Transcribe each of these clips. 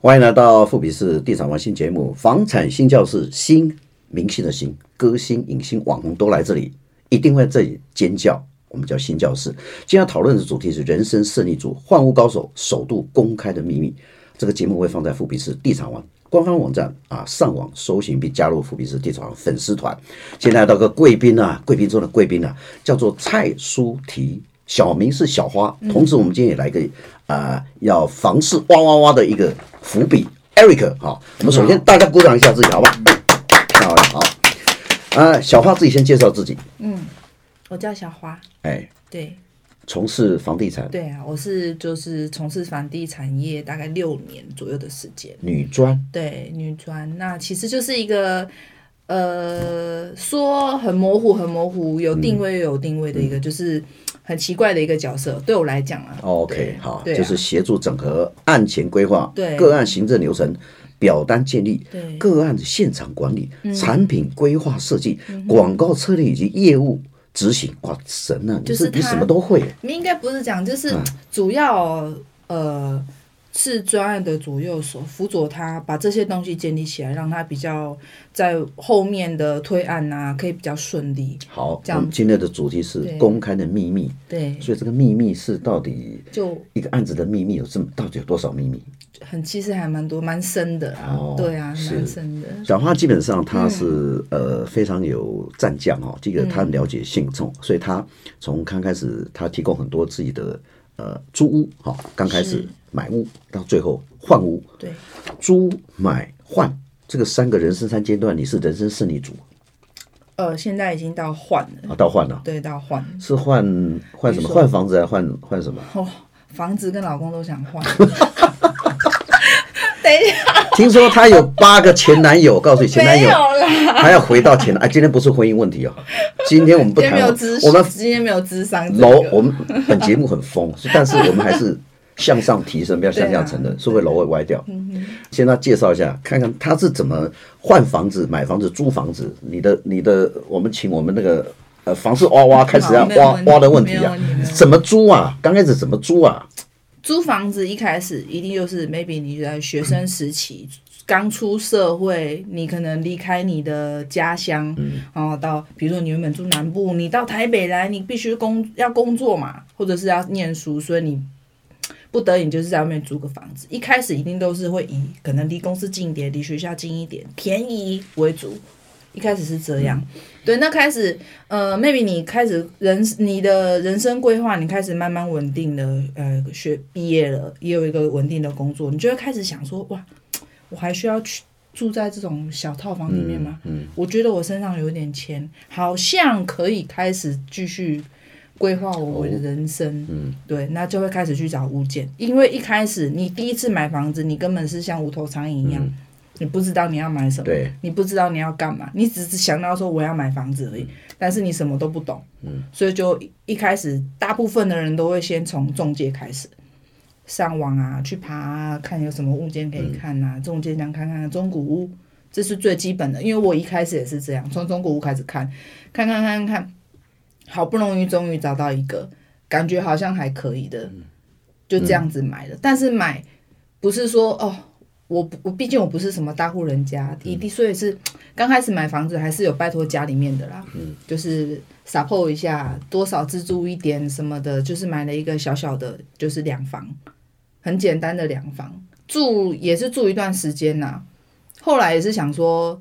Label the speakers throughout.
Speaker 1: 欢迎来到富比士地产王新节目，房产新教室，新明星的新，歌星、影星、网红都来这里，一定会在这里尖叫。我们叫新教室。今天要讨论的主题是人生胜利组换屋高手首度公开的秘密。这个节目会放在富比士地产网官方网站啊，上网搜寻并加入富比士地产网粉丝团。现在到个贵宾啊，贵宾中的贵宾啊，叫做蔡淑提，小名是小花。
Speaker 2: 嗯
Speaker 1: 同时，我们今天也来一个啊、要房市哇哇哇的一个伏笔，Eric 好、我们首先大家鼓掌一下自己，好吧？漂亮，好。啊，小花自己先介绍自己，
Speaker 2: 我叫小花，
Speaker 1: 哎，
Speaker 2: 对
Speaker 1: 从事房地产。
Speaker 2: 对啊，我是就是从事房地产业大概六年左右的时间，
Speaker 1: 女专，
Speaker 2: 对女专，那其实就是一个呃说很模糊很模糊，有定位有定位的一个、就是很奇怪的一个角色，对我来讲啊
Speaker 1: OK，
Speaker 2: 对
Speaker 1: 好，
Speaker 2: 对啊
Speaker 1: 就是协助整合案前规划、
Speaker 2: 对
Speaker 1: 个案行政流程、表单建立、
Speaker 2: 对嗯
Speaker 1: 个案现场管理、产品规划设计、广告策略以及业务执行。哇，神啊！你
Speaker 2: 就是是
Speaker 1: 你
Speaker 2: 他
Speaker 1: 什么都会，
Speaker 2: 你应该不是讲，就是主要呃是专案的左右手，辅佐他把这些东西建立起来，让他比较在后面的推案啊可以比较顺利，
Speaker 1: 好，
Speaker 2: 这
Speaker 1: 我
Speaker 2: 样
Speaker 1: 们今天的主题是
Speaker 2: 对
Speaker 1: 公开的秘密，
Speaker 2: 对，
Speaker 1: 所以这个秘密是到底
Speaker 2: 就。
Speaker 1: 一个案子的秘密有这么到底有多少秘密？
Speaker 2: 很其实还蛮多，蛮深的啊，
Speaker 1: 哦
Speaker 2: 对啊，
Speaker 1: 是
Speaker 2: 蛮深的，
Speaker 1: 小花基本上她
Speaker 2: 嗯
Speaker 1: 是、呃非常有战将哦，这个她很了解信众，所以她从刚开始她提供很多自己的呃租屋哈、刚开始
Speaker 2: 是
Speaker 1: 买屋到最后换屋，
Speaker 2: 对，
Speaker 1: 租买换这个三个人生三阶段，你是人生胜利组
Speaker 2: 呃，现在已经到换了，
Speaker 1: 啊，到换了
Speaker 2: 对，到换，
Speaker 1: 是换换什么？
Speaker 2: 没错
Speaker 1: 换房子还换换什么？
Speaker 2: 哦，房子跟老公都想换， 等一下，
Speaker 1: 听说她有八个前男友，告诉你前男
Speaker 2: 没有啊
Speaker 1: 友
Speaker 2: 啦，
Speaker 1: 还要回到前男，哎，今天不是婚姻问 题哦，今天我们不
Speaker 2: 今天
Speaker 1: 谈
Speaker 2: 没有
Speaker 1: 我
Speaker 2: 智，
Speaker 1: 我们
Speaker 2: 今天没有智商这个，
Speaker 1: 楼，我们本节目很疯，但是我们还是向上提升，不要向下沉沦，
Speaker 2: 对啊
Speaker 1: 是会楼会歪掉。
Speaker 2: 嗯
Speaker 1: 先他介绍一下，看看他是怎么换房子、买房子、租房子。你的、你的，我们请我们那个呃房市哇哇开始要
Speaker 2: 好没有
Speaker 1: 哇
Speaker 2: 问题
Speaker 1: 哇的问题
Speaker 2: 没有
Speaker 1: 啊
Speaker 2: 问题没有问，题
Speaker 1: 怎么租啊？刚开始怎么租啊？
Speaker 2: 租房子一开始一定就是 maybe 你在学生时期刚出社会，你可能离开你的家乡，
Speaker 1: 嗯
Speaker 2: 然后到比如说你原本住南部，你到台北来，你必须工要工作嘛，或者是要念书，所以你。不得已就是在外面租个房子，一开始一定都是会以可能离公司近一点、离学校近一点、便宜为主，一开始是这样。对，那开始呃，maybe 你开始人你的人生规划，你开始慢慢稳定的呃学毕业了，也有一个稳定的工作，你就会开始想说，哇，我还需要去住在这种小套房里面吗？嗯，我觉得我身上有点钱，好像可以开始继续。规划我的人生，嗯，对，那就会开始去找物件，因为一开始你第一次买房子，你根本是像无头苍蝇一样，你不知道你要买什么，
Speaker 1: 对，
Speaker 2: 你不知道你要干嘛，你只是想到说我要买房子而已，但是你什么都不懂，嗯，所以就一一开始大部分的人都会先从中介开始，上网啊，去爬啊，看有什么物件可以看啊，中介这样看看中古屋，这是最基本的，因为我一开始也是这样，从中古屋开始看，看看看看看，好不容易终于找到一个，感觉好像还可以的，就这样子买了，但是买不是说哦。我不我毕竟我不是什么大户人家，
Speaker 1: 嗯
Speaker 2: 一定所以是刚开始买房子还是有拜托家里面的啦，
Speaker 1: 嗯
Speaker 2: 就是撒破一下，多少资助一点什么的，就是买了一个小小的，就是两房，很简单的两房，住也是住一段时间呐、后来也是想说，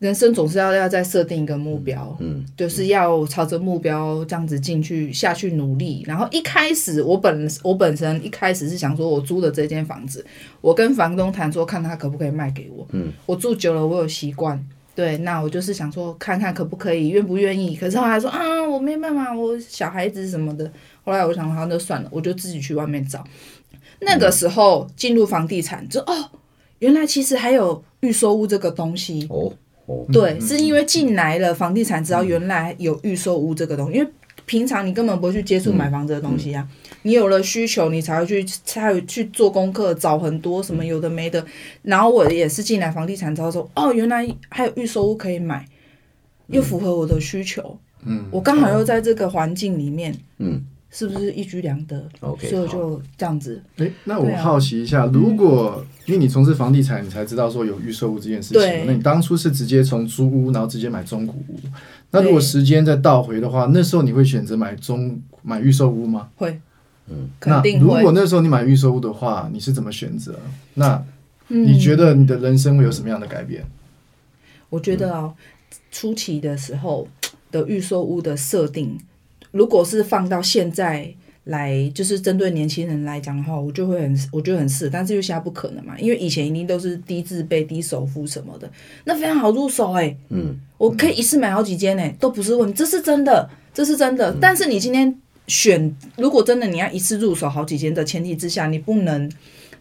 Speaker 2: 人生总是要要再设定一个目标，
Speaker 1: 嗯，
Speaker 2: 就是要朝着目标这样子进去下去努力。然后一开始我本我本身一开始是想说，我租的这间房子，我跟房东谈说，看他可不可以卖给我。嗯，我住久了，我有习惯。对，那我就是想说，看看可不可以，愿不愿意。可是后来说啊，我没办法，我小孩子什么的。后来我想，好，那算了，我就自己去外面找。那个时候进入房地产，就哦，原来其实还有预售屋这个东西。
Speaker 1: 哦哦，
Speaker 3: 嗯
Speaker 2: 对，是因为进来了房地产，知道原来有预售屋这个东西，因为平常你根本不会去接触买房子的东西啊。
Speaker 3: 嗯
Speaker 2: 你有了需求，你才会去才会去做功课，找很多什么有的没的。然后我也是进来房地产之后说，哦，原来还有预售屋可以买，
Speaker 3: 嗯
Speaker 2: 又符合我的需求。嗯，我刚好又在这个环境里面，
Speaker 1: 嗯，
Speaker 2: 是不是一举两得
Speaker 3: 嗯
Speaker 1: OK，
Speaker 2: 所以就这样子。
Speaker 3: 哎，那我
Speaker 2: 啊
Speaker 3: 好奇一下，
Speaker 2: 嗯
Speaker 3: 如果因为你从事房地产，你才知道说有预售屋这件事情
Speaker 2: 对
Speaker 3: 嘛，那你当初是直接从租屋，然后直接买中古屋。那
Speaker 2: 对
Speaker 3: 如果时间再倒回的话，那时候你会选择买中买预售屋吗？
Speaker 2: 会，嗯，
Speaker 3: 那
Speaker 2: 肯定
Speaker 3: 如
Speaker 2: 会。
Speaker 3: 果那时候你买预售屋的话，你是怎么选择？那
Speaker 2: 嗯
Speaker 3: 你觉得你的人生会有什么样的改变？
Speaker 2: 我觉得哦，初期的时候的预售屋的设定，如果是放到现在来，就是针对年轻人来讲的话，我就会很，我觉得很适合，但是又现在不可能嘛，因为以前一定都是低自备、低首付什么的，那非常好入手哎、
Speaker 1: 嗯，
Speaker 2: 我可以一次买好几间哎、都不是问题，这是真的，这是真的，但是你今天。选如果真的你要一次入手好几间的前提之下，你不能，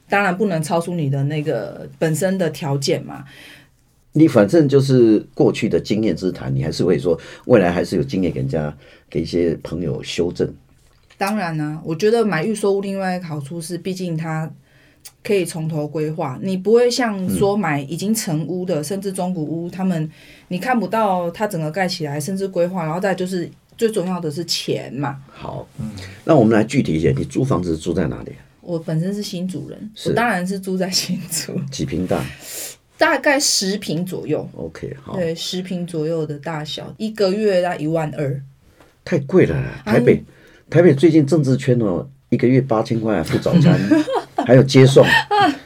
Speaker 2: 当然不能超出你的那个本身的条件嘛。
Speaker 1: 你反正就是过去的经验之谈，你还是会说未来还是有经验给人家给一些朋友修正。
Speaker 2: 当然呢、我觉得买预售屋另外一个好处是，毕竟它可以从头规划，你不会像说买已经成屋的，甚至中古屋，他们你看不到它整个盖起来，甚至规划，然后再就是最重要的是钱嘛。
Speaker 1: 好，那我们来具体一点，你租房子住在哪里？啊
Speaker 2: 我本身是新主人，
Speaker 1: 是
Speaker 2: 我当然是住在新竹，
Speaker 1: 几平大
Speaker 2: 大概十平左右，
Speaker 1: ？OK，好，
Speaker 2: 对，十平左右的大小，一个月大概一万二，
Speaker 1: 太贵了啦，台北，台北最近政治圈哦，一个月八千块付啊早餐，还有接送，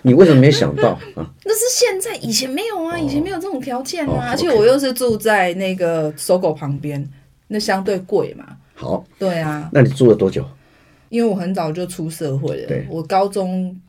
Speaker 1: 你为什么没想到啊？
Speaker 2: 那是现在，以前没有啊，以前没有这种条件
Speaker 1: 哦
Speaker 2: 啊，而且
Speaker 1: OK
Speaker 2: 我又是住在那个搜狗旁边，那相对贵嘛。
Speaker 1: 好，
Speaker 2: 对啊，
Speaker 1: 那你住了多久？
Speaker 2: 因为我很早就出社会
Speaker 1: 对
Speaker 2: 了，我高中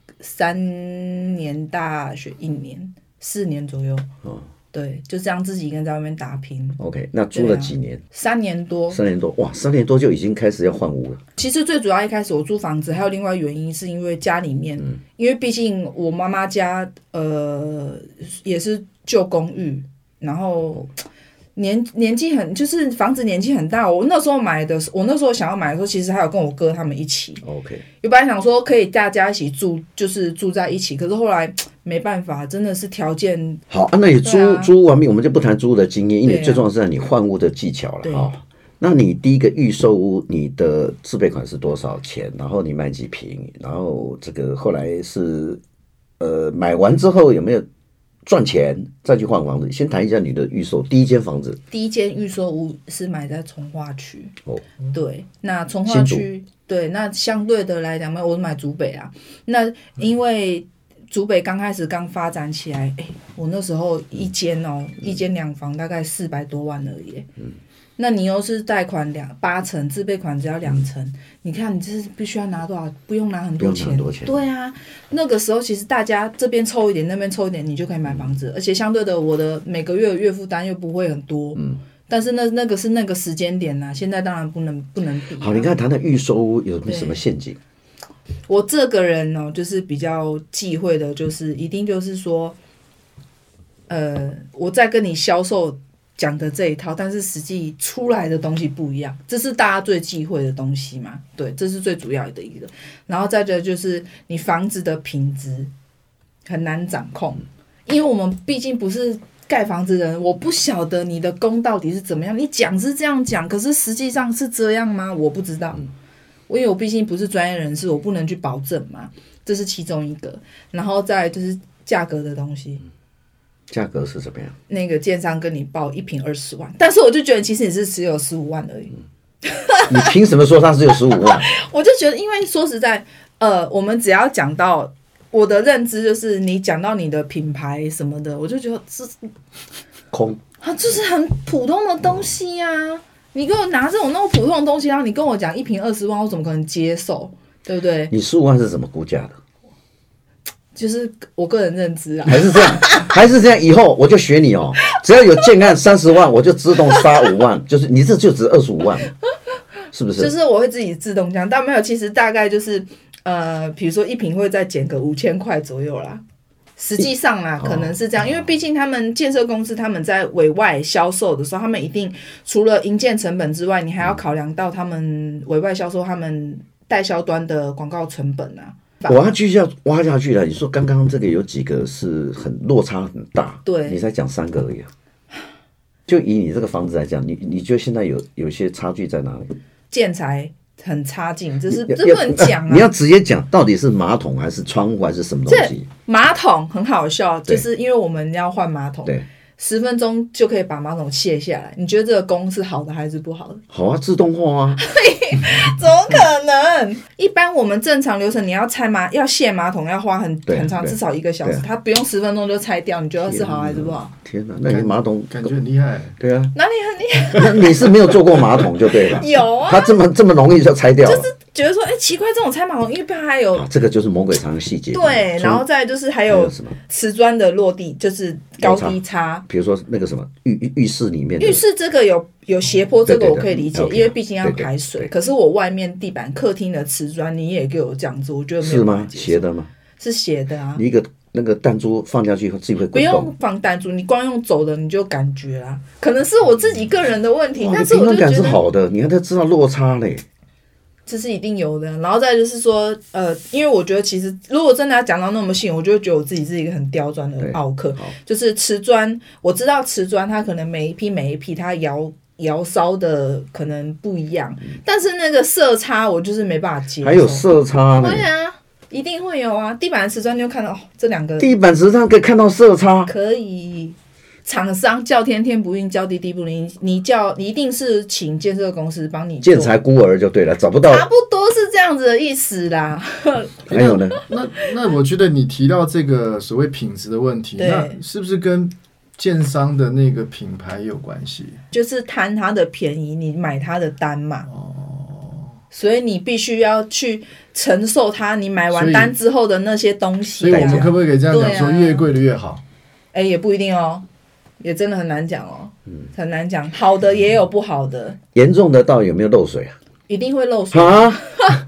Speaker 2: 三年，大学一年，四年左右。
Speaker 1: 哦
Speaker 2: 对，就这样自己一个人在外面打拼，
Speaker 1: OK，那租了几年？
Speaker 2: 三年多。
Speaker 1: 三年多，哇，三年多就已经开始要换屋了。
Speaker 2: 其实最主要一开始我租房子，还有另外原因是因为家里面，因为毕竟我妈妈家呃也是旧公寓，然后年年纪很就是房子年纪很大。我那时候买的时，我那时候想要买的时候，其实还有跟我哥他们一起，
Speaker 1: OK，
Speaker 2: 原本来想说可以大家一起住，就是住在一起，可是后来没办法，真的是条件
Speaker 1: 好，啊、那你租、
Speaker 2: 对啊
Speaker 1: 租完毕，我们就不谈租的经验，因为
Speaker 2: 对啊
Speaker 1: 最重要是你换屋的技巧了
Speaker 2: 对
Speaker 1: 啊、那你第一个预售屋，你的自备款是多少钱？然后你买几平？然后这个后来是呃买完之后有没有赚钱再去换房子？先谈一下你的预售第一间房子，
Speaker 2: 第一间预售屋是买在从化区，
Speaker 1: 哦
Speaker 2: 对，那从化
Speaker 1: 新竹
Speaker 2: 区，对，那相对的来讲嘛，我买竹北啊，那
Speaker 1: 嗯
Speaker 2: 因为竹北刚开始刚发展起来，哎、我那时候一间哦、
Speaker 1: 嗯
Speaker 2: 一间两房大概四百多万而已、嗯，那你又是贷款两八成，自备款只要两成，你看你这是必须要拿多少，不用拿很多
Speaker 1: 嗯不用拿
Speaker 2: 钱，
Speaker 1: 很多钱
Speaker 2: 对啊，那个时候其实大家这边凑一点，那边凑一点，你就可以买房子，
Speaker 1: 嗯
Speaker 2: 而且相对的，我的每个月的月负担又不会很多，嗯。但是那那个是那个时间点呐、现在当然不能不能比、啊
Speaker 1: 好，你刚才谈的预售屋有没有
Speaker 2: 对
Speaker 1: 什么陷阱？
Speaker 2: 我这个人呢、就是比较忌讳的，就是一定就是说，呃，我在跟你销售讲的这一套，但是实际出来的东西不一样，这是大家最忌讳的东西嘛？对，这是最主要的一个。然后再者就是你房子的品质很难掌控，因为我们毕竟不是。盖房子的人，我不晓得你的工到底是怎么样。你讲是这样讲，可是实际上是这样吗？我不知道。因为我毕竟不是专业人士，我不能去保证嘛，这是其中一个。然后再来就是价格的东西，
Speaker 1: 价格是怎么样？
Speaker 2: 那个建商跟你报一平二十万，但是我就觉得其实你是只有十五万而已，
Speaker 1: 你凭什么说它只有十五 万？
Speaker 2: 我就觉得，因为说实在，呃，我们只要讲到我的认知，就是你讲到你的品牌什么的，我就觉得这
Speaker 1: 空，
Speaker 2: 啊，就是很普通的东西呀、你给我拿这种那么普通的东西，然后你跟我讲一平二十万，我怎么可能接受？对不对？
Speaker 1: 你十五万是怎么估价的？
Speaker 2: 就是我个人认知啊。
Speaker 1: 还是这样，还是这样，以后我就学你哦。只要有建案三十万，我就自动杀五万，就是你这就只二十五万，是不是？
Speaker 2: 就是我会自己自动降，但没有，其实大概就是呃，比如说一瓶会再减个五千块左右啦。实际上啦，
Speaker 1: 哦
Speaker 2: 可能是这样，因为毕竟他们建设公司他们在委外销售的时候，他们一定除了营建成本之外，你还要考量到他们委外销售他们代销端的广告成本啊。
Speaker 1: 我要继续要挖下去了。你说刚刚这个有几个是很落差很大，
Speaker 2: 对
Speaker 1: 你才讲三个而已啊。就以你这个房子来讲，你你觉得现在有有些差距在哪里？
Speaker 2: 建材很差劲，这是
Speaker 1: 要
Speaker 2: 这不能讲
Speaker 1: 你要
Speaker 2: 啊。
Speaker 1: 直接讲到底是马桶还是窗户还是什么东西？
Speaker 2: 马桶很好笑，
Speaker 1: 对
Speaker 2: 就是因为我们要换马桶，
Speaker 1: 对，
Speaker 2: 十分钟就可以把马桶卸下来。你觉得这个功是好的还是不好的？
Speaker 1: 好啊，自动化啊，
Speaker 2: 怎么可能？一般我们正常流程，你要拆马要卸马桶要花很
Speaker 1: 对
Speaker 2: 很长，
Speaker 1: 对
Speaker 2: 至少一个小时，
Speaker 1: 对
Speaker 2: 它不用十分钟就拆掉，你觉得是好还是不好？
Speaker 1: 天哪，那你马桶
Speaker 3: 感觉很厉害。
Speaker 1: 对啊，
Speaker 2: 哪里很 厉害？，
Speaker 1: 那你是没有做过马桶就对了
Speaker 2: 有啊，
Speaker 1: 它这么这么容易就拆掉了，
Speaker 2: 觉得说，哎、奇怪，这种拆马桶，因为它还有
Speaker 1: 啊，这个就是魔鬼藏的细节。
Speaker 2: 对，
Speaker 1: 从
Speaker 2: 然后再就是
Speaker 1: 还
Speaker 2: 还
Speaker 1: 有
Speaker 2: 有
Speaker 1: 什么？
Speaker 2: 瓷砖的落地，就是高低差。
Speaker 1: 比如说那个什么浴浴浴室里面的
Speaker 2: 浴室这个有有斜坡，这
Speaker 1: 对对
Speaker 2: 个我
Speaker 1: 对
Speaker 2: 可以理解，
Speaker 1: 嗯，OK
Speaker 2: 因为毕竟要
Speaker 1: 对对
Speaker 2: 排水。可是我外面地板、客厅的瓷砖，你也给我这样子，我觉得没
Speaker 1: 是
Speaker 2: 有办法
Speaker 1: 吗？
Speaker 2: 接受
Speaker 1: 斜的吗？
Speaker 2: 是斜的啊，
Speaker 1: 你一个那个弹珠放下去以后自己会
Speaker 2: 不
Speaker 1: 滚动哦
Speaker 2: 用。放弹珠，你光用走的你就感觉啦。可能是我自己个人的问题，
Speaker 1: 哇，
Speaker 2: 但
Speaker 1: 你
Speaker 2: 是
Speaker 1: 平
Speaker 2: 我就
Speaker 1: 衡
Speaker 2: 觉
Speaker 1: 感是
Speaker 2: 得
Speaker 1: 好的，你还得知道落差嘞。
Speaker 2: 这是一定有的。然后再就是说，呃，因为我觉得其实如果真的要讲到那么细，我就会觉得我自己是一个很刁钻的
Speaker 1: 对
Speaker 2: 奥克。
Speaker 1: 好，
Speaker 2: 就是瓷砖，我知道瓷砖它可能每一批每一批它窑窑烧的可能不一样，但是那个色差我就是没办法接受。
Speaker 1: 嗯还有色差呢
Speaker 2: 会，啊，一定会有啊。地板的瓷砖你就看到哦，这两个
Speaker 1: 地板实际上可以看到色差。
Speaker 2: 可以。厂商叫天天不应，叫地地不灵，你叫你一定是请建设公司帮你做
Speaker 1: 建材孤儿就对了，找不到。
Speaker 2: 差不多是这样子的意思啦。
Speaker 1: 还有呢，
Speaker 3: 那那我觉得你提到这个所谓品质的问题，
Speaker 2: 对
Speaker 3: 那是不是跟建商的那个品牌有关系？
Speaker 2: 就是贪它的便宜，你买它的单嘛。
Speaker 3: 哦
Speaker 2: 所以你必须要去承受它，你买完单之后的那些东
Speaker 3: 所
Speaker 2: 西
Speaker 3: 以
Speaker 2: 啊
Speaker 3: 我们可不可以这样讲
Speaker 2: 对啊
Speaker 3: 说，越贵的越好？
Speaker 2: 哎、也不一定哦，也真的很难讲哦，
Speaker 3: 嗯
Speaker 2: 很难讲。好的也有不好的，
Speaker 1: 严重的到底有没有漏水啊？
Speaker 2: 一定会漏水。
Speaker 1: 啊，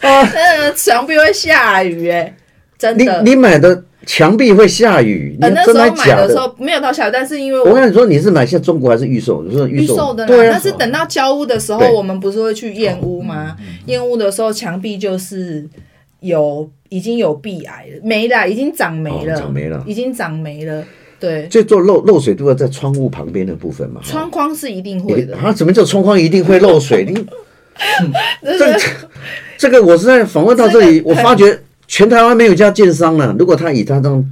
Speaker 2: 呃，墙壁会下雨、哎，真
Speaker 1: 你
Speaker 2: 的。
Speaker 1: 你买的墙壁会下雨，你
Speaker 2: 呃，那
Speaker 1: 真
Speaker 2: 时
Speaker 1: 的
Speaker 2: 候买
Speaker 1: 假
Speaker 2: 的时候没有到下雨，但是因为
Speaker 1: 我
Speaker 2: 我
Speaker 1: 跟你说，你是买现在中国还是预售？你说
Speaker 2: 预售
Speaker 1: 售
Speaker 2: 的啦，
Speaker 1: 对啊
Speaker 2: 但，是等到交屋的时候，
Speaker 1: 对哦嗯
Speaker 2: 我们不是会去验屋吗？验屋的时候，墙壁就是有已经有壁癌了，没啦，已经长霉了，
Speaker 1: 哦长霉了哦
Speaker 2: 已经长霉了。对，
Speaker 1: 就做漏漏水都要在窗户旁边的部分嘛。哈
Speaker 2: 窗框是一定会的，
Speaker 1: 啊，怎么叫窗框一定会漏水？ 你这个这个，我是在访问到这 里，
Speaker 2: 这个
Speaker 1: 我发觉全台湾没有一家建商了。如果他以他这种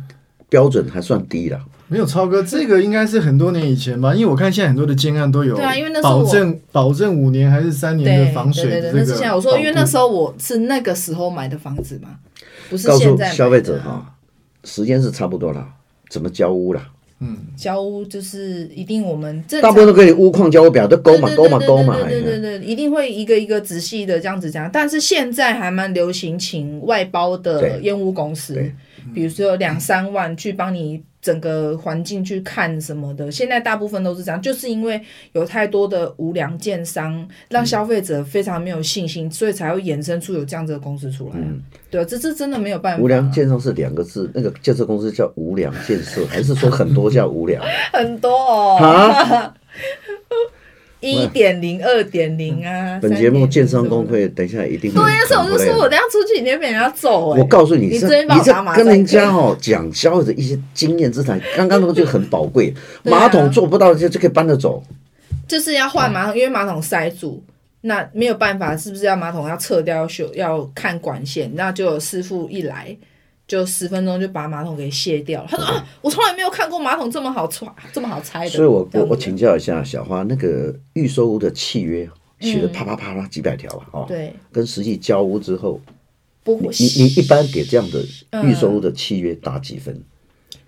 Speaker 1: 标准，还算低了。
Speaker 3: 没有超哥，这个应该是很多年以前吧，因为我看现在很多的建案都有，
Speaker 2: 对啊因为那时候我
Speaker 3: 保证保证五年还是三年
Speaker 2: 对
Speaker 3: 的防水
Speaker 2: 对
Speaker 3: 的
Speaker 2: 对对，
Speaker 3: 这个
Speaker 2: 那是现在我说，因为那时
Speaker 3: 候
Speaker 2: 候我是那个时候买的房子嘛，不是
Speaker 1: 告
Speaker 2: 现
Speaker 1: 诉
Speaker 2: 在买的
Speaker 1: 消费者哈、时间是差不多了，怎么交屋了？
Speaker 3: 嗯，
Speaker 2: 交屋就是一定我们正
Speaker 1: 大
Speaker 2: 常
Speaker 1: 部分都给你屋况交屋表，都勾嘛
Speaker 2: 对
Speaker 1: 勾
Speaker 2: 对
Speaker 1: 嘛勾嘛。
Speaker 2: 对对
Speaker 1: 哎
Speaker 2: 对对，对一定会一个一个仔细的这样子讲。但是现在还蛮流行请外包的
Speaker 1: 对
Speaker 2: 烟雾公司
Speaker 1: 对，
Speaker 2: 比如说两三万去帮你整个环境去看什么的。现在大部分都是这样，就是因为有太多的无良建商，让消费者非常没有信心，所以才会衍生出有这样子的公司出来。对啊，这这真的没有办法啊，
Speaker 1: 嗯无良建商是两个字，那个建设公司叫无 良建设，还是说很多叫无良
Speaker 2: 很多哦，
Speaker 1: 啊？
Speaker 2: 一点零、二点零啊。
Speaker 1: 嗯本节目
Speaker 2: 3.0
Speaker 1: 建商工
Speaker 2: 什么的。
Speaker 1: 会，等一下一定会
Speaker 2: 对啊，所以我
Speaker 1: 反
Speaker 2: 就
Speaker 1: 过来
Speaker 2: 说我等一下出去，你会被人家揍哎、
Speaker 1: 我告诉你，
Speaker 2: 你
Speaker 1: 是
Speaker 2: 这边帮
Speaker 1: 你
Speaker 2: 我
Speaker 1: 这
Speaker 2: 打马赛
Speaker 1: 跟
Speaker 2: 克
Speaker 1: 人家哦讲消费者一些经验之谈，刚刚那个就很宝贵。
Speaker 2: 对啊
Speaker 1: 马桶做不到就就可以搬得走，
Speaker 2: 就是要换马桶，因为马桶塞住，那没有办法，是不是要马桶要撤掉要修要看管线？那就有师傅一来，就十分钟就把马桶给卸掉了。他说啊，我从来没有看过马桶这么好拆，这么好拆的。
Speaker 1: 所以我我
Speaker 2: 这样子
Speaker 1: 我请教一下小花，那个预售屋的契约写的啪啪啪啦几百条啊，哦，
Speaker 2: 嗯对，
Speaker 1: 跟实际交屋之后，
Speaker 2: 不
Speaker 1: 你
Speaker 2: 过
Speaker 1: 你你一般给这样的
Speaker 2: 嗯
Speaker 1: 预售屋的契约打几分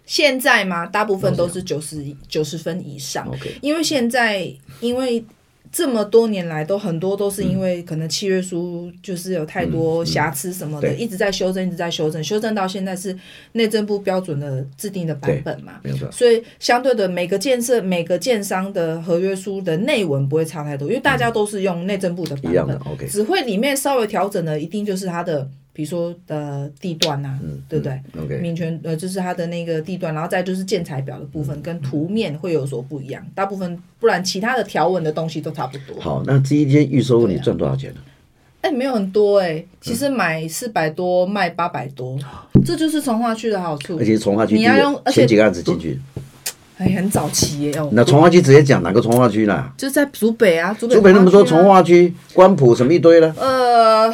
Speaker 2: 现在嘛，大部分都是九十九十分以上，
Speaker 1: ？OK，
Speaker 2: 因为现在因为。这么多年来，都很多都是因
Speaker 1: 嗯
Speaker 2: 为可能契约书就是有太多瑕疵什么的，
Speaker 1: 对
Speaker 2: 一直在修正，一直在修正，修正到现在是内政部标准的制定的版
Speaker 1: 对
Speaker 2: 本嘛。
Speaker 1: 没有错，
Speaker 2: 所以相对的，每个建设每个建商的合约书的内文不会差太多，因为大家都是用内政部的版
Speaker 1: 一样的
Speaker 2: 本，
Speaker 1: OK。
Speaker 2: 只会里面稍微调整的，一定就是它的，比如说呃地段呐、对不对？
Speaker 1: 嗯 OK，
Speaker 2: 民权呃就是它的那个地段，然后再就是建材表的部分跟图面会有所不一样，大部分不然其他的条文的东西都差不多。
Speaker 1: 好，那这一间预售屋
Speaker 2: 对
Speaker 1: 你
Speaker 2: 啊
Speaker 1: 赚多少钱呢？
Speaker 2: 哎，没有很多哎、其实买四百多卖八百多，这就是从化区的好处
Speaker 1: 嗯而。且从化区
Speaker 2: 你要用而且
Speaker 1: 前几个案子进去，
Speaker 2: 哎，很早期耶哦。
Speaker 1: 那从化区直接讲哪个从化区啦？
Speaker 2: 就在竹北啊，竹北、
Speaker 1: 竹北那么多从，化
Speaker 2: 啊
Speaker 1: 区、关埔什么一堆了，
Speaker 2: 呃，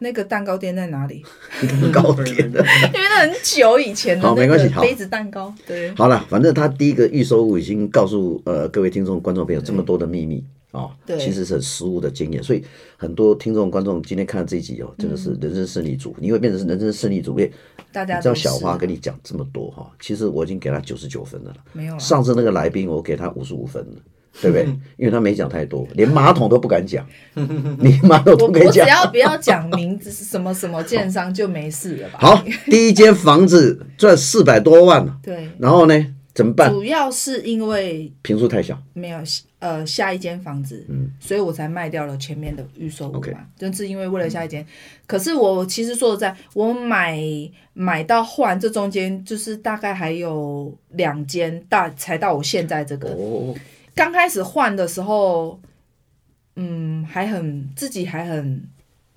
Speaker 2: 那个蛋糕店在哪里？
Speaker 1: 高铁的。
Speaker 2: 因为那很久以前的
Speaker 1: 好没
Speaker 2: 那
Speaker 1: 关系
Speaker 2: 个
Speaker 1: 好
Speaker 2: 杯子蛋糕，对，
Speaker 1: 好了，反正他第一个预售物已经告诉呃各位听众观众朋友这么多的秘密啊、
Speaker 2: 对
Speaker 1: 其实是很实物的经验，所以很多听众观众今天看了这一集哦，真的是人生胜利组，你会变成是人生胜利组，因为
Speaker 2: 大
Speaker 1: 你
Speaker 2: 家
Speaker 1: 知道
Speaker 2: 都
Speaker 1: 小
Speaker 2: 是
Speaker 1: 花跟你讲这么多哈、其实我已经给他九十九分了啦
Speaker 2: 没 有了。
Speaker 1: 上次那个来宾我给他五十五分了。对 不对？因为他没讲太多，连马桶都不敢讲，你马桶
Speaker 2: 我
Speaker 1: 都可以
Speaker 2: 我只
Speaker 1: 讲。
Speaker 2: 要不要讲名字是什么什么建商就没事了吧？
Speaker 1: 好，第一间房子赚四百多万了，
Speaker 2: 对，
Speaker 1: 然后呢，怎么办？
Speaker 2: 主要是因为
Speaker 1: 平数太小，
Speaker 2: 没有呃下一间房子，所以我才卖掉了前面的预售屋
Speaker 1: 嗯 OK
Speaker 2: 嘛，就是因为为了下一间。可是我其实说实在，我买买到换这中间就是大概还有两间大才到我现在这个。
Speaker 1: 哦，
Speaker 2: 刚开始换的时候，嗯，还很自己还很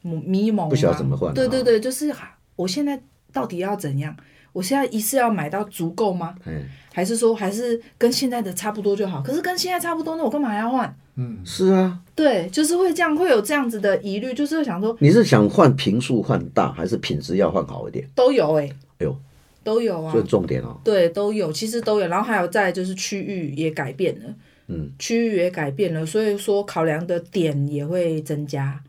Speaker 2: 迷蒙、啊，
Speaker 1: 不晓得怎么换
Speaker 2: 对
Speaker 1: 啊
Speaker 2: 对对，就是我现在到底要怎样？我现在一次要买到足够吗？
Speaker 1: 哎，
Speaker 2: 还是说还是跟现在的差不多就好？可是跟现在差不多，那我干嘛还要换？
Speaker 3: 嗯，
Speaker 1: 是啊，
Speaker 2: 对，就是会这样，会有这样子的疑虑，就是会想说
Speaker 1: 你是想换平数换大，还是品质要换好一点？
Speaker 2: 都有哎、
Speaker 1: 哎呦，
Speaker 2: 都有啊
Speaker 1: 这，重点哦。
Speaker 2: 对，都有，其实都有。然后还有再来就是区域也改变了，
Speaker 1: 嗯，
Speaker 2: 区域也改变了，所以说考量的点也会增加，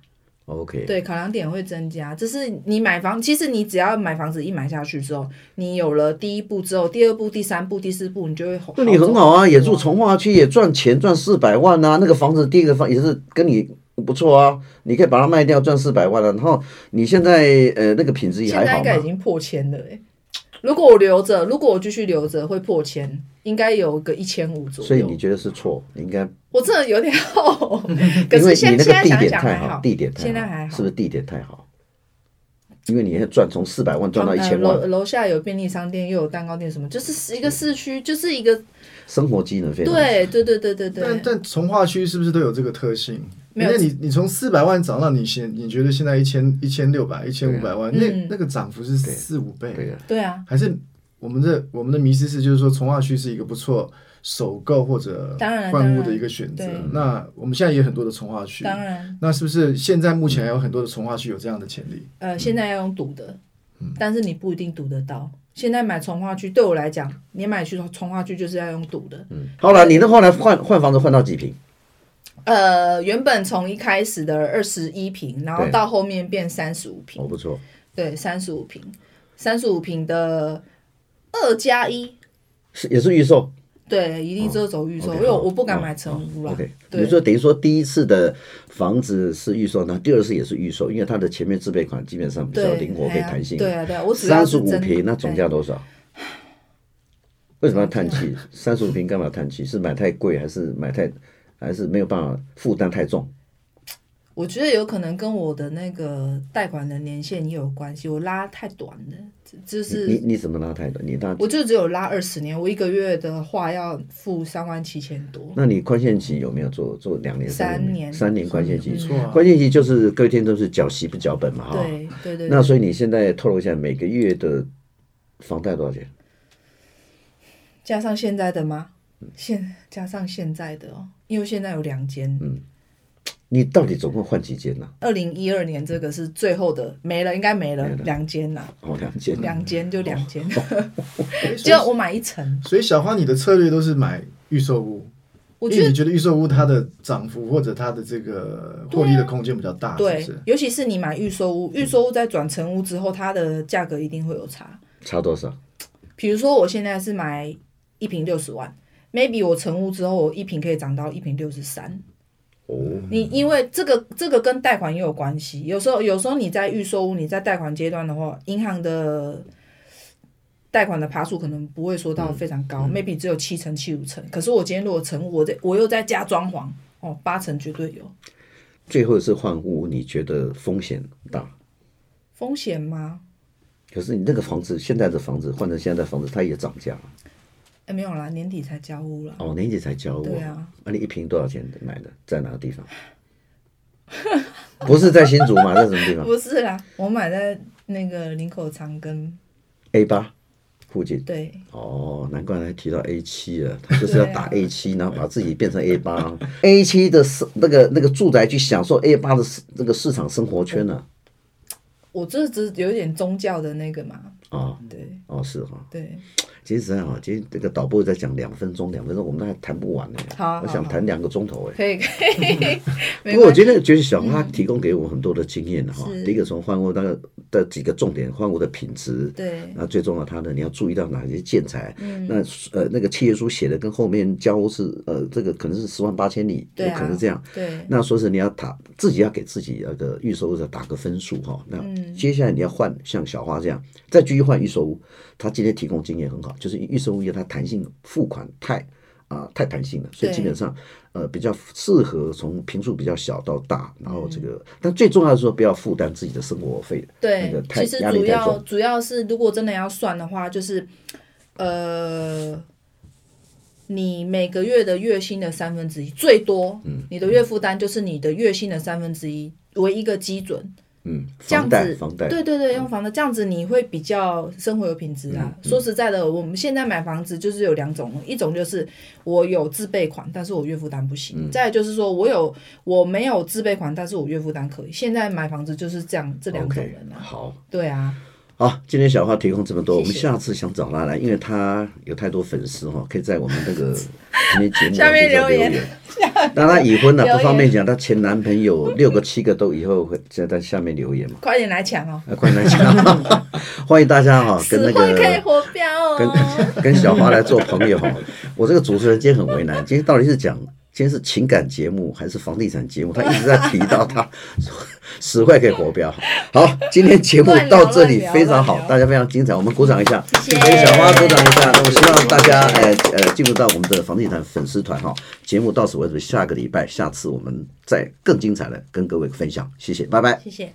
Speaker 1: OK，
Speaker 2: 对，考量点会增加。这是你买房，其实你只要买房子一买下去之后，你有了第一步之后，第二步、第三步、第四步，你就会
Speaker 1: 那你很好啊，也住
Speaker 2: 从
Speaker 1: 从化区，也赚钱，赚四百万啊。那个房子第一个房也是跟你不错啊，你可以把它卖掉，赚四百万了、然后你现在呃那个品质也
Speaker 2: 现
Speaker 1: 还
Speaker 2: 在
Speaker 1: 好
Speaker 2: 应该已
Speaker 1: 嘛，
Speaker 2: 经破千了哎、如果我留着，如果我继续留着，会破千，应该有个一千五左右。
Speaker 1: 所以你觉得是错，你应该
Speaker 2: 我真的有点 后，可
Speaker 1: 因为你
Speaker 2: 是现
Speaker 1: 那
Speaker 2: 现
Speaker 1: 个
Speaker 2: 在
Speaker 1: 地
Speaker 2: 想一
Speaker 1: 点
Speaker 2: 想
Speaker 1: 太
Speaker 2: 还好，
Speaker 1: 地点太好，
Speaker 2: 现在还好，
Speaker 1: 是不是地点太好？因为你现在赚从四百万赚到一千
Speaker 2: 呃
Speaker 1: 万，
Speaker 2: 楼楼下有便利商店，又有蛋糕店，什么，就是一个市区，就是一个
Speaker 1: 生活机能非常
Speaker 2: 对对对对对
Speaker 3: 但
Speaker 2: 对，
Speaker 3: 但从化区是不是都有这个特性？
Speaker 2: 没有
Speaker 3: 那你你从四百万涨到你现你觉得现在一千一千六百一千五
Speaker 1: 对
Speaker 3: 百万，
Speaker 2: 嗯
Speaker 3: 那那个涨幅是
Speaker 1: 对
Speaker 3: 四五倍，
Speaker 1: 对啊，
Speaker 2: 对啊，
Speaker 3: 还是我们的我们的迷失是，就是说从化区是一个不错首购或者
Speaker 2: 当然
Speaker 3: 换屋
Speaker 2: 当然
Speaker 3: 的一个选择
Speaker 2: 对。
Speaker 3: 那我们现在也有很多的从化区，
Speaker 2: 当然，
Speaker 3: 那是不是现在目前还有很多的从化区有这样的潜力？
Speaker 2: 呃，现在要用赌的，但是你不一定赌得到。现在买从化区，对我来讲，你买去从化区就是要用赌的，
Speaker 1: 嗯好了，你那后来换换房子换到几平？
Speaker 2: 呃，原本从一开始的二十一平，然后
Speaker 1: 对
Speaker 2: 到后面变三十五
Speaker 1: 哦，
Speaker 2: 平，
Speaker 1: 不错，
Speaker 2: 对，三十五平，三十五平的二加一，
Speaker 1: 是也是预售。
Speaker 2: 对，一定就是走预售，
Speaker 1: OK，
Speaker 2: 因为
Speaker 1: 好
Speaker 2: 我不敢
Speaker 1: 好
Speaker 2: 买成屋啦。
Speaker 1: OK，
Speaker 2: 对
Speaker 1: 你说等于说第一次的房子是预售，那第二次也是预售，因为它的前面自备款基本上比较
Speaker 2: 对，
Speaker 1: 灵活，可
Speaker 2: 哎
Speaker 1: 以
Speaker 2: 呀
Speaker 1: 弹性。
Speaker 2: 对啊，对啊，我只要
Speaker 1: 三
Speaker 2: 是
Speaker 1: 十五
Speaker 2: 真
Speaker 1: 平，那总价
Speaker 2: 哎
Speaker 1: 多少？为什么要叹气？三十五平干嘛叹气？是买太贵，还是买太，还是没有办法负担太重？
Speaker 2: 我觉得有可能跟我的那个贷款的年限也有关系，我拉太短了，就就
Speaker 1: 你
Speaker 2: 是
Speaker 1: 你怎么拉太短？你拉，
Speaker 2: 我就只有拉二十年，我一个月的话要付三万七千多，
Speaker 1: 那你宽限期有没有做做两年、
Speaker 2: 三
Speaker 1: 三
Speaker 2: 年嗯
Speaker 1: 三年宽限期
Speaker 3: 不？错啊。
Speaker 1: 宽限期就是各位听都是缴息不缴本嘛，哈。
Speaker 2: 对对对，
Speaker 1: 哦那
Speaker 2: 对
Speaker 1: 所以你现在透露一下每个月的房贷多少钱？
Speaker 2: 加上现在的吗？现加上现在的哦，因为现在有两间，
Speaker 1: 你到底总共换几间呢、
Speaker 2: 二零一二年这个是最后的，没了，应该没了
Speaker 1: 没了，
Speaker 2: 两间啦，
Speaker 1: 哦，两间。
Speaker 2: 两间就两间，
Speaker 3: 诶所
Speaker 2: 结
Speaker 3: 以
Speaker 2: 果我买一层，
Speaker 3: 所以小花你的策略都是买预售屋，
Speaker 2: 我
Speaker 3: 因
Speaker 2: 觉
Speaker 3: 为
Speaker 2: 得
Speaker 3: 你觉得预售屋它的涨幅或者它的这个获利的空间比较大，啊是不
Speaker 2: 对
Speaker 3: 是？，
Speaker 2: 尤其是你买预售屋，预售屋再转成屋之后，它的价格一定会有差。
Speaker 1: 差多少？
Speaker 2: 比如说我现在是买一平六十万，maybe 我成屋之后，我一平可以涨到一平六十三。
Speaker 1: 哦，
Speaker 2: 你因为这个这个跟贷款也有关系，有时候有时候你在预售屋，你在贷款阶段的话，银行的贷款的爬数可能不会说到非常高、m
Speaker 1: 嗯
Speaker 2: a y b e 只有七成七五成。可是我今天如果成屋，我再我又再加装潢，哦，八成绝对有
Speaker 1: 最后是换屋，你觉得风险大？
Speaker 2: 风险吗？
Speaker 1: 可是你那个房子，现在的房子换成现在的房子，它也涨价了。
Speaker 2: 哎，没有啦，年底才交屋啦。
Speaker 1: 哦，年底才交我。
Speaker 2: 对啊，
Speaker 1: 那、你一平多少钱买的？在哪个地方？不是在新竹 吗？在什么地方
Speaker 2: 不是啦，我买在那个林口长庚
Speaker 1: ？A 八附近。
Speaker 2: 对，
Speaker 1: 哦，难怪他提到 A 七了，他就是要打
Speaker 2: 啊
Speaker 1: A 七、然后把自己变 成 A 八。A 七的市那个那个住宅去享受 A 八的市那个市场生活圈呢、
Speaker 2: 我这只有点宗教的那个嘛，
Speaker 1: 啊？
Speaker 2: 对
Speaker 1: 哦，是哈、
Speaker 2: 对，
Speaker 1: 其实啊，其实这个导播在讲两分钟，两分钟我们还谈不完呢、
Speaker 2: 好好
Speaker 1: 我想谈两个钟头哎、
Speaker 2: 可以可以，没
Speaker 1: 不过我
Speaker 2: 关系，嗯
Speaker 1: 觉得，觉得小花提供给我很多的经验啊哈。
Speaker 2: 是
Speaker 1: 第一个从换屋那个的几个重点，换屋的品质，
Speaker 2: 对嗯
Speaker 1: 那最重要它的你要注意到哪些建材。那呃，那个契约书写的跟后面交屋是呃，这个可能是十万八千里，有
Speaker 2: 对啊
Speaker 1: 可能是这样。
Speaker 2: 对
Speaker 1: 那说是你要打自己要给自己那个预售屋者打个分数哈、那
Speaker 2: 嗯
Speaker 1: 接下来你要换像小花这样，再继续换预售屋，他今天提供经验很好，就是预售屋业它弹性付款太啊、太弹性了，所以
Speaker 2: 对
Speaker 1: 基本上呃比较适合从平数比较小到大，然后这个、
Speaker 2: 嗯
Speaker 1: 但最重要的是说不要负担自己的生活费，那
Speaker 2: 对
Speaker 1: 个，太
Speaker 2: 其实
Speaker 1: 压力
Speaker 2: 主
Speaker 1: 太
Speaker 2: 要
Speaker 1: 重，
Speaker 2: 主要是如果真的要算的话，就是呃，你每个月的月薪的三分之一最多，
Speaker 1: 嗯
Speaker 2: 你的月负担就是你的月薪的三分之一为一个基准，
Speaker 1: 嗯，
Speaker 2: 这
Speaker 1: 房
Speaker 2: 样
Speaker 1: 贷
Speaker 2: 子，
Speaker 1: 房贷
Speaker 2: 对对对，用房贷这样子你会比较生活有品质
Speaker 1: 嗯
Speaker 2: 啊。说实在的，我们现在买房子就是有两种，一种就是我有自备款，但是我月负担不行；
Speaker 1: 嗯
Speaker 2: 再来就是说我有我没有自备款，但是我月负担可以。现在买房子就是这样，这两种
Speaker 1: OK
Speaker 2: 人啊。
Speaker 1: 好。
Speaker 2: 对啊，
Speaker 1: 好，今天小花提供这么多，
Speaker 2: 谢
Speaker 1: 我
Speaker 2: 谢
Speaker 1: 们下次想找她来，因为她有太多粉丝哈，可以在我们那 个今天节目
Speaker 2: 下面
Speaker 1: 底下
Speaker 2: 留言
Speaker 1: 言。那她已婚了，
Speaker 2: 留言
Speaker 1: 不方便讲，她前男朋友六个七个都以后会在在下面留言嘛，
Speaker 2: 快点来抢哦，
Speaker 1: 啊，快来讲， 欢迎大家哈，跟那
Speaker 2: 死会可以
Speaker 1: 个。
Speaker 2: 活标
Speaker 1: 跟
Speaker 2: 哦。
Speaker 1: 跟小花来做朋友哈，我这个主持人今天很为难，今天到底是讲今天是情感节目还是房地产节目？他一直在提到他十块可以活标。好，今天节目到这里非常好，大家非常精彩，我们鼓掌一下，
Speaker 2: 谢谢
Speaker 1: 给小花鼓掌一下。那我希望大家呃呃进入到我们的房地产粉丝团哈。节目到此为止，下个礼拜下次我们再更精彩的跟各位分享，谢谢，拜拜。
Speaker 2: 谢谢。